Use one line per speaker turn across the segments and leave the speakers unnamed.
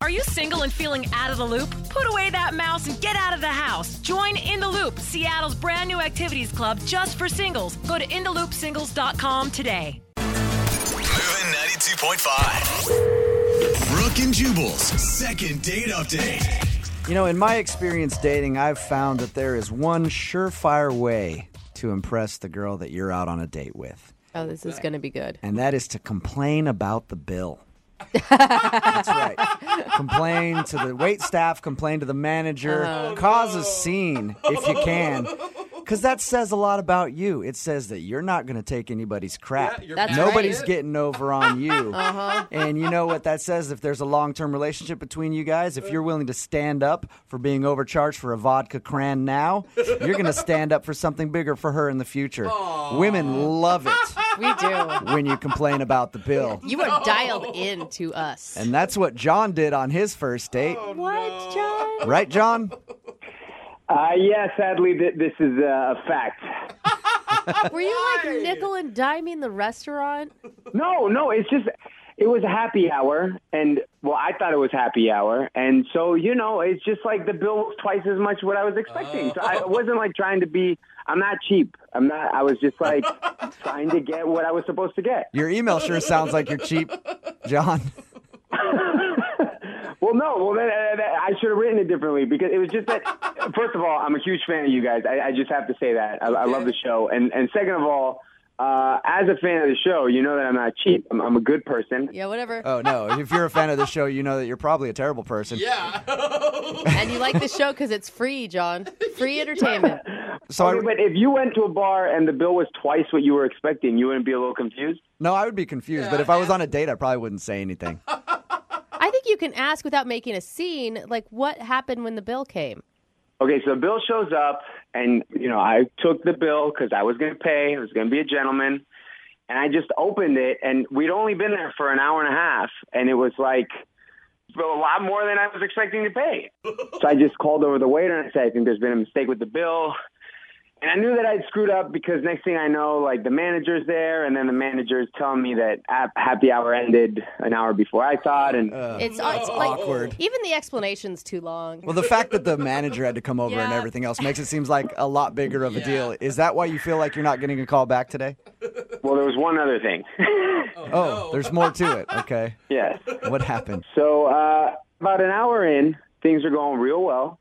Are you single and feeling out of the loop? Put away that mouse and get out of the house. Join In the Loop, Seattle's brand new activities club just for singles. Go to InTheLoopSingles.com today.
Moving 92.5. Brooke and Jubal's second date update.
You know, in my experience dating, I've found that there is one surefire way to impress the girl that you're out on a date with,
Oh, this is going to be good.
and that is to complain about the bill. That's right. Complain to the wait staff, complain to the manager, cause a scene if you can. Because that says a lot about you. It says that you're not going to take anybody's crap.
That's right.
Nobody's getting over on you. And you know what that says if there's a long term relationship between you guys, if you're willing to stand up for being overcharged for a vodka cran now, you're going to stand up for something bigger for her in the future. Women love it
We do.
when you complain about the bill.
You are dialed in to us.
And that's what John did on his first date.
what, John?
Right, John?
Uh, yeah, sadly, th- this is uh, a fact.
Were you like nickel and diming the restaurant?
No, no, it's just it was happy hour, and well, I thought it was happy hour, and so you know, it's just like the bill was twice as much what I was expecting. So I wasn't like trying to be. I'm not cheap. I'm not. I was just like trying to get what I was supposed to get.
Your email sure sounds like you're cheap, John.
Well, no. Well, then, uh, that, I should have written it differently because it was just that. first of all, I'm a huge fan of you guys. I, I just have to say that I, I love the show, and and second of all, uh, as a fan of the show, you know that I'm not cheap. I'm, I'm a good person.
Yeah, whatever.
Oh, no. If you're a fan of the show, you know that you're probably a terrible person.
and you like the show because it's free, John. Free entertainment.
So I,
Okay, but if you went to a bar and the bill was twice what you were expecting, you wouldn't be a little confused?
no, I would be confused. but if I was on a date, I probably wouldn't say anything.
I think you can ask without making a scene, like what happened when the bill came.
Okay, so the bill shows up, and you know I took the bill because I was going to pay. I was going to be a gentleman, and I just opened it, and we'd only been there for an hour and a half, and it was like a lot more than I was expecting to pay. so I just called over the waiter and I said, "I think there's been a mistake with the bill." And I knew that I'd screwed up because next thing I know, like the manager's there, and then the manager's telling me that ap- happy hour ended an hour before I thought, and.
It's, uh, it's like,
Uh. awkward.
Even the explanation's too long.
Well, the fact that the manager had to come over and
Yeah.
everything else makes it seem like a lot bigger of a deal. Is that why you feel like you're not getting a call back today?
Well, there was one other thing.
Oh, there's more to it. Okay.
yes.
What happened?
So uh, about an hour in, things are going real well.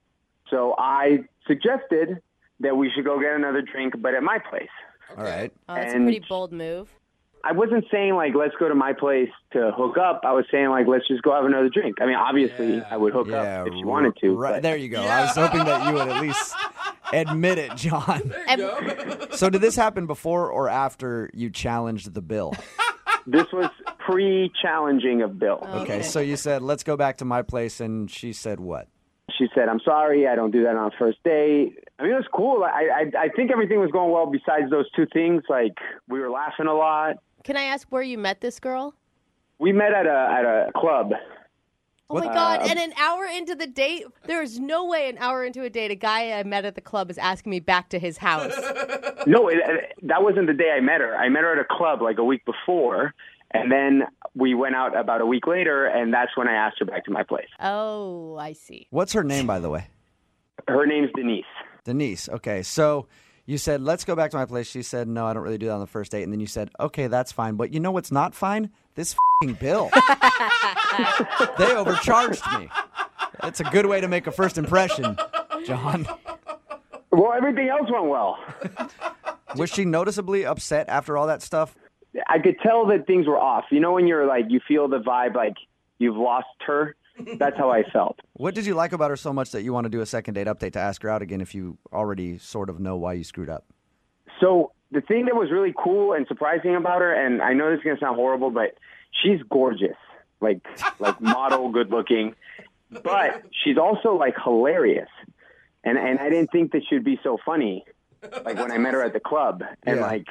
So I suggested that we should go get another drink, but at my place.
All right.
Oh, that's a
And-
pretty bold move.
I wasn't saying like let's go to my place to hook up. I was saying like let's just go have another drink. I mean, obviously I would hook
Yeah.
up if you wanted to.
Right.
but-
There you go. I was hoping that you would at least admit it, John.
And
So, did this happen before or after you challenged the bill?
This was pre-challenging of Bill.
Oh.
Okay. So you said, let's go back to my place. And she said, what?
She said, "I'm sorry, I don't do that on a first date." I mean, it was cool. I, I I think everything was going well besides those two things. Like we were laughing a lot.
can I ask where you met this girl?
We met at a at a club.
Oh my god! and an hour into the date, there is no way an hour into a date, a guy I met at the club is asking me back to his house.
No, it, it- that wasn't the day I met her. I met her at a club like a week before, and then we went out about a week later, and that's when I asked her back to my place.
oh, I see.
What's her name, by the way?
Her name's Denise.
Denise. Okay. So you said, let's go back to my place. She said, no, I don't really do that on the first date. And then you said, okay, that's fine. But you know what's not fine? This fing bill. they overcharged me. That's a good way to make a first impression, John.
Well, everything else went well.
Was she noticeably upset after all that stuff?
I could tell that things were off. You know, when you're like, you feel the vibe like you've lost her. That's how I felt.
What did you like about her so much that you want to do a second date update to ask her out again if you already sort of know why you screwed up?
So the thing that was really cool and surprising about her, and I know this is gonna sound horrible, but she's gorgeous, like like model, good looking, but she's also like hilarious, and and I didn't think that she'd be so funny, like when I met her at the club, and
Yeah.
like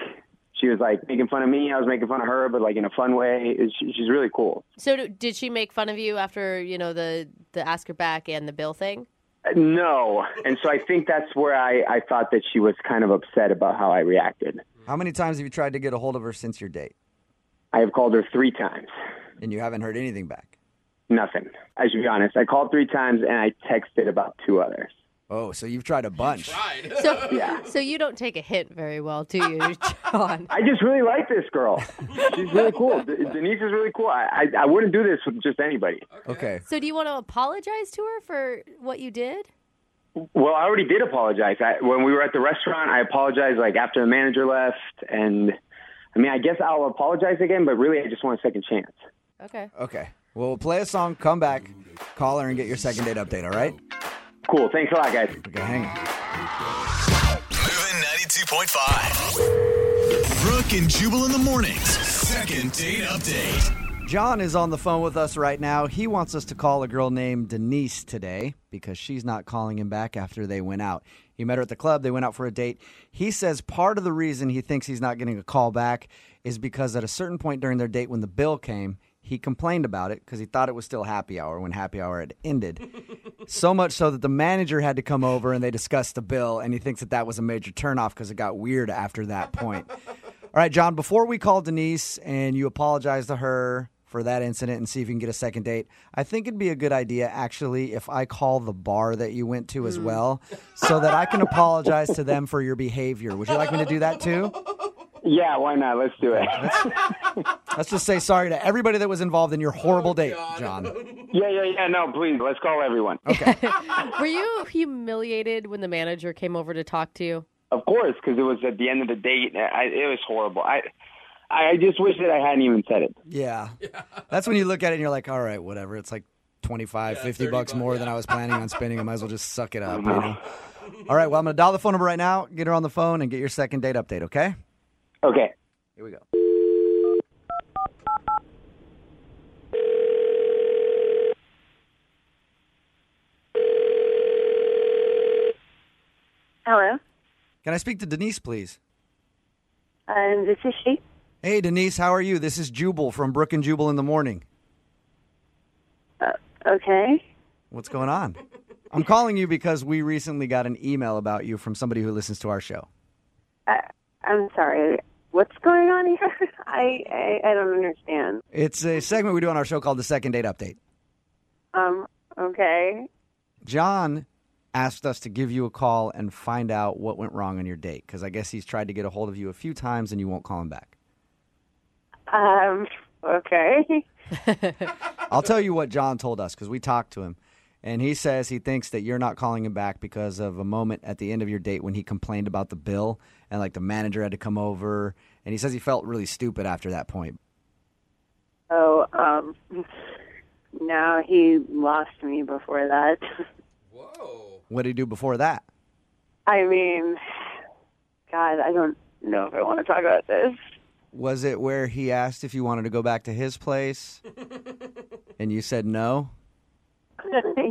she was like making fun of me, I was making fun of her, but like in a fun way. It's- she- She's really cool.
So, do, did she make fun of you after you know the the ask her back and the bill thing?
Uh, No, and so I think that's where I I thought that she was kind of upset about how I reacted.
How many times have you tried to get a hold of her since your date
I have called her three times.
and you haven't heard anything back?
Nothing. I should be honest. I called three times and I texted about two others.
Oh, so you've tried a bunch.
So, so you don't take a hit very well, do you, John?
I just really like this girl. She's really cool. De- Denise is really cool. I, I, I wouldn't do this with just anybody.
Okay.
So do you want to apologize to her for what you did?
Well, I already did apologize. I, when we were at the restaurant, I apologized like after the manager left. And I mean, I guess I'll apologize again, but really, I just want a second chance.
Okay.
Okay. Well, we'll play a song, come back, call her, and get your second date update, all right?
Cool. Thanks a lot, guys.
Okay, hang on.
Moving 92.5. Brooke and Jubal in the mornings. Second date update.
John is on the phone with us right now. He wants us to call a girl named Denise today because she's not calling him back after they went out. He met her at the club, they went out for a date. He says part of the reason he thinks he's not getting a call back is because at a certain point during their date when the bill came, he complained about it because he thought it was still happy hour when happy hour had ended. so much so that the manager had to come over and they discussed the bill, and he thinks that that was a major turnoff because it got weird after that point. All right, John, before we call Denise and you apologize to her for that incident and see if you can get a second date, I think it'd be a good idea, actually, if I call the bar that you went to as well so that I can apologize to them for your behavior. Would you like me to do that too?
Yeah, why not? Let's do it.
Let's just say sorry to everybody that was involved in your horrible date, John.
yeah, yeah, yeah. No, please. Let's call everyone.
Were you humiliated when the manager came over to talk to you?
Of course, because it was at the end of the date. I, it was horrible. I, I I just wish that I hadn't even said it.
Yeah. That's when you look at it and you're like, all right, whatever. It's like 25, 50 bucks more than I was planning on spending. I might as well just suck it up, you know? All right, well, I'm going to dial the phone number right now, get her on the phone, and get your second date update, okay?
Okay.
Here we go.
Hello,
Can I speak to Denise, please?
um, this is she.
Hey, Denise, how are you? This is Jubal from Brook and Jubal in the Morning.
Okay.
What's going on? I'm calling you because we recently got an email about you from somebody who listens to our show.
I'm sorry. What's going on here? I, I I don't understand.
It's a segment we do on our show called The Second Date Update.
Um. Okay.
John asked us to give you a call and find out what went wrong on your date because I guess he's tried to get a hold of you a few times and you won't call him back.
Um. Okay.
I'll tell you what John told us because we talked to him. And he says he thinks that you're not calling him back because of a moment at the end of your date when he complained about the bill and like the manager had to come over. And he says he felt really stupid after that point.
So um, now he lost me before that.
What did he do before that?
I mean, God, I don't know if I want to talk about this.
Was it where he asked if you wanted to go back to his place and you said no?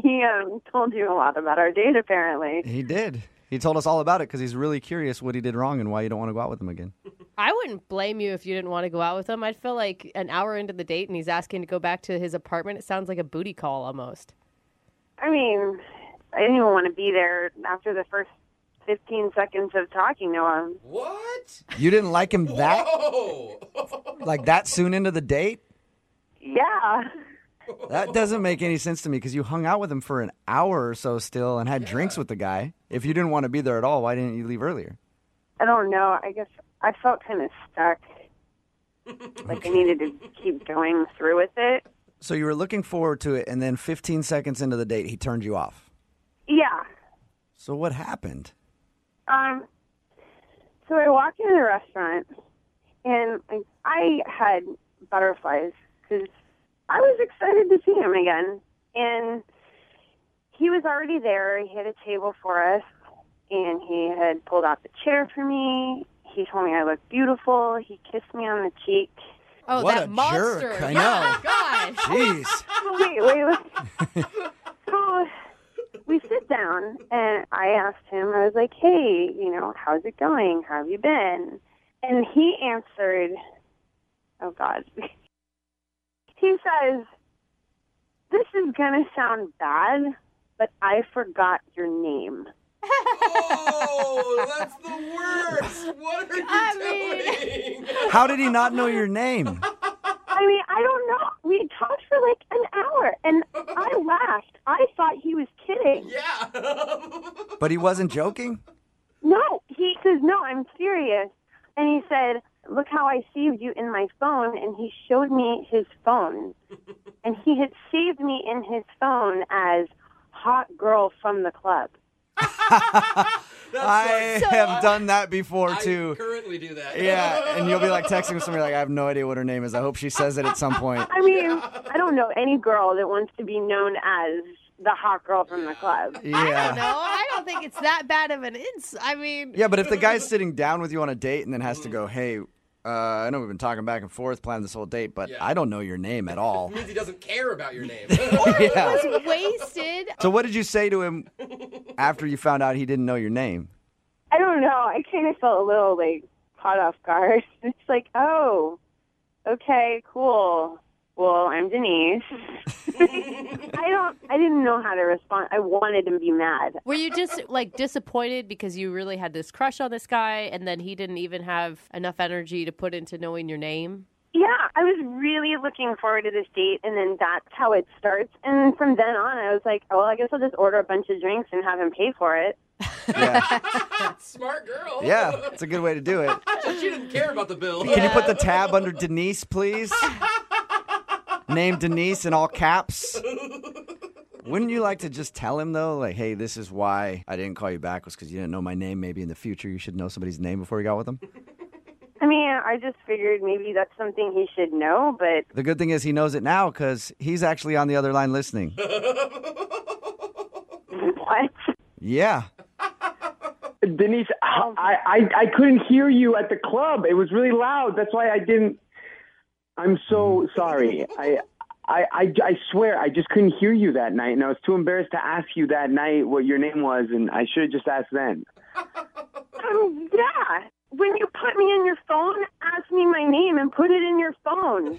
he um told you a lot about our date apparently.
He did. He told us all about it because he's really curious what he did wrong and why you don't want to go out with him again.
I wouldn't blame you if you didn't want to go out with him. I'd feel like an hour into the date and he's asking to go back to his apartment. It sounds like a booty call almost.
I mean, I didn't even want to be there after the first 15 seconds of talking to him.
What?
You didn't like him that
Oh.
like that soon into the date?
Yeah.
That doesn't make any sense to me because you hung out with him for an hour or so still and had drinks with the guy. If you didn't want to be there at all, why didn't you leave earlier?
I don't know. I guess I felt kind of stuck. Like I needed to keep going through with it.
So you were looking forward to it and then 15 seconds into the date he turned you off.
Yeah.
So what happened?
Um. So I walk into the restaurant, and like, I had butterflies because I was excited to see him again. And he was already there. He had a table for us, and he had pulled out the chair for me. He told me I looked beautiful. He kissed me on the cheek.
Oh,
What
that
a
monster.
jerk. I
Yeah, gosh.
Jeez.
wait, wait, wait. so we sit down, and I asked him, I was like, hey, you know, how's it going? How have you been? And he answered, oh, God. he says, this is going to sound bad, but I forgot your name.
Oh, that's the worst. What are you
I mean-
doing?
How did he not know your name?
I mean, I don't know. We talked for like an hour, and I laughed. I thought he was kidding.
Yeah.
But he wasn't joking?
No, he says, no, I'm serious. And he said, look how I saved you in my phone. And he showed me his phone. and he had saved me in his phone as hot girl from the club.
That's
I
like,
have done that before
I
too.
currently do that.
Yeah, and you'll be like texting with somebody like I have no idea what her name is. I hope she says it at some point.
I mean, I don't know any girl that wants to be known as the hot girl from the club.
I don't know.
Yeah.
I don't think it's that bad of an ins. I mean,
Yeah, but if the guy's sitting down with you on a date and then has to
Mm-hmm.
go, "Hey, uh, I know we've been talking back and forth, planning this whole date, but
Yeah.
I don't know your name at all."
It means he doesn't care about your name.
yeah.
it's wasted.
So what did you say to him after you found out he didn't know your name?
I don't know. I kind of felt a little like caught off guard. It's like, oh, okay, cool. Well, I'm Denise. I don't. I didn't know how to respond. I wanted to be mad.
Were you just like disappointed because you really had this crush on this guy and then he didn't even have enough energy to put into knowing your name?
Yeah, I was really looking forward to this date, and then that's how it starts. And from then on, I was like, oh, well, I guess I'll just order a bunch of drinks and have him pay for it.
Yeah,
Smart girl.
yeah, it's a good way to do it.
she didn't care about the bill.
Can you put the tab under Denise, please? Name Denise in all caps. Wouldn't you like to just tell him though, like, hey, this is why I didn't call you back was because you didn't know my name. Maybe in the future you should know somebody's name before you got with them.
I mean, I just figured maybe that's something he should know, but
The good thing is he knows it now because he's actually on the other line listening.
what?
Yeah,
Denise, I, I, I couldn't hear you at the club. It was really loud. That's why I didn't. I'm so sorry. I, I, I, I swear, I just couldn't hear you that night. And I was too embarrassed to ask you that night what your name was. And I should have just asked then.
Um, yeah. When you put me in your phone, ask me my name and put it in your phone.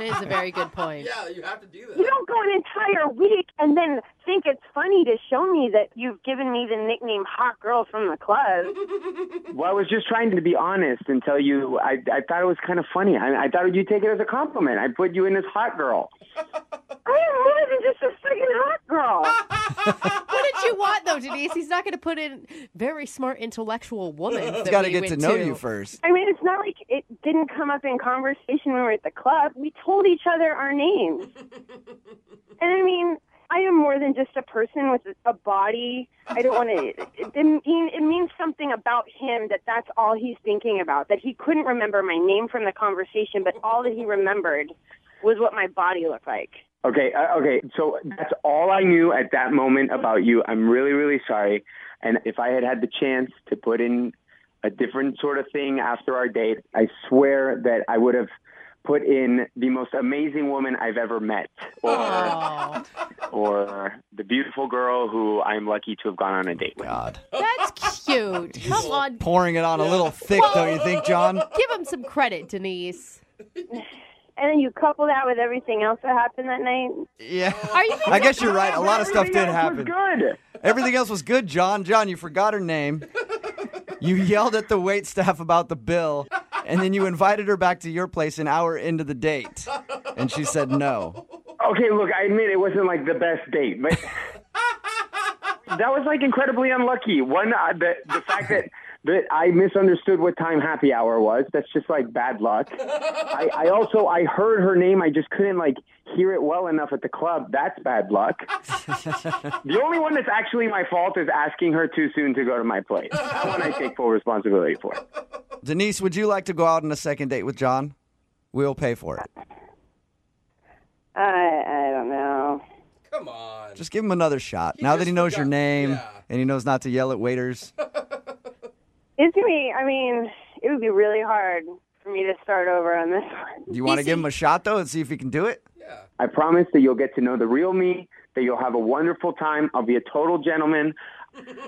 It is a very good point.
Yeah, you have to do
You
that.
don't go an entire week and then think it's funny to show me that you've given me the nickname Hot Girl from the Club.
Well, I was just trying to be honest and tell you I, I thought it was kind of funny. I, I thought you'd take it as a compliment. I put you in as hot girl.
I am more than just a freaking hot girl.
What did you want though, Denise? He's not going to put in very smart, intellectual woman.
he's got to get to know you first.
I mean, it's not like it didn't come up in conversation when we were at the club. We told each other our names. And I mean, I am more than just a person with a body. I don't want to. It, it, mean, it means something about him that that's all he's thinking about. That he couldn't remember my name from the conversation, but all that he remembered was what my body looked like.
Okay, uh, okay. So that's all I knew at that moment about you. I'm really, really sorry. And if I had had the chance to put in a different sort of thing after our date, I swear that I would have put in the most amazing woman I've ever met, or
Oh,
or the beautiful girl who I'm lucky to have gone on a date with.
God,
that's cute. Come on,
pouring it on a little thick, don't you think, John?
give him some credit, Denise.
And then you couple that with everything else that happened that night.
Yeah,
Are you?
I guess you're right. A lot of stuff did
Everything else
happen.
Was good.
Everything else was good, John. John, you forgot her name. You yelled at the wait staff about the bill, and then you invited her back to your place an hour into the date. And she said no.
Okay, look, I admit it wasn't like the best date, but that was like incredibly unlucky. One, uh, the the fact that that I misunderstood what time happy hour was. That's just like bad luck. I, I also I heard her name. I just couldn't like hear it well enough at the club. That's bad luck. the only one that's actually my fault is asking her too soon to go to my place. That one I take full responsibility for.
Denise, would you like to go out on a second date with John? We'll pay for it.
I I don't know.
Come on.
Just give him another shot. now that
just
he knows your
forgot-
name
yeah.
and he knows not to yell at waiters.
It's gonna be. I mean, it would be really hard for me to start over on this one.
Do you want to give him a shot, though, and see if he can do it?
Yeah.
I promise that you'll get to know the real me, that you'll have a wonderful time. I'll be a total gentleman.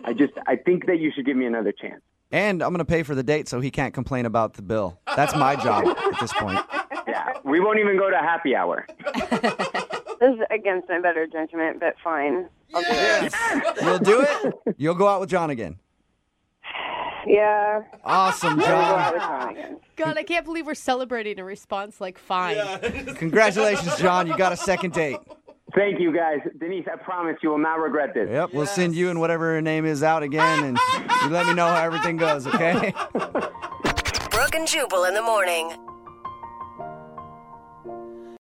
I just I think that you should give me another chance.
And I'm going to pay for the date so he can't complain about the bill. That's my job at this point.
Yeah. We won't even go to happy hour.
This is against my better judgment, but fine.
You'll do it? You'll go out with John again.
Yeah.
Awesome,
Go out
John.
with John again.
Oh God, I can't believe we're celebrating a response like fine.
Congratulations, John. You got a second date.
Thank you guys. Denise, I promise you will not regret this.
Yep, we'll send you and whatever her name is out again, and you let me know how everything goes, okay?
Brooke and Jubal in the morning.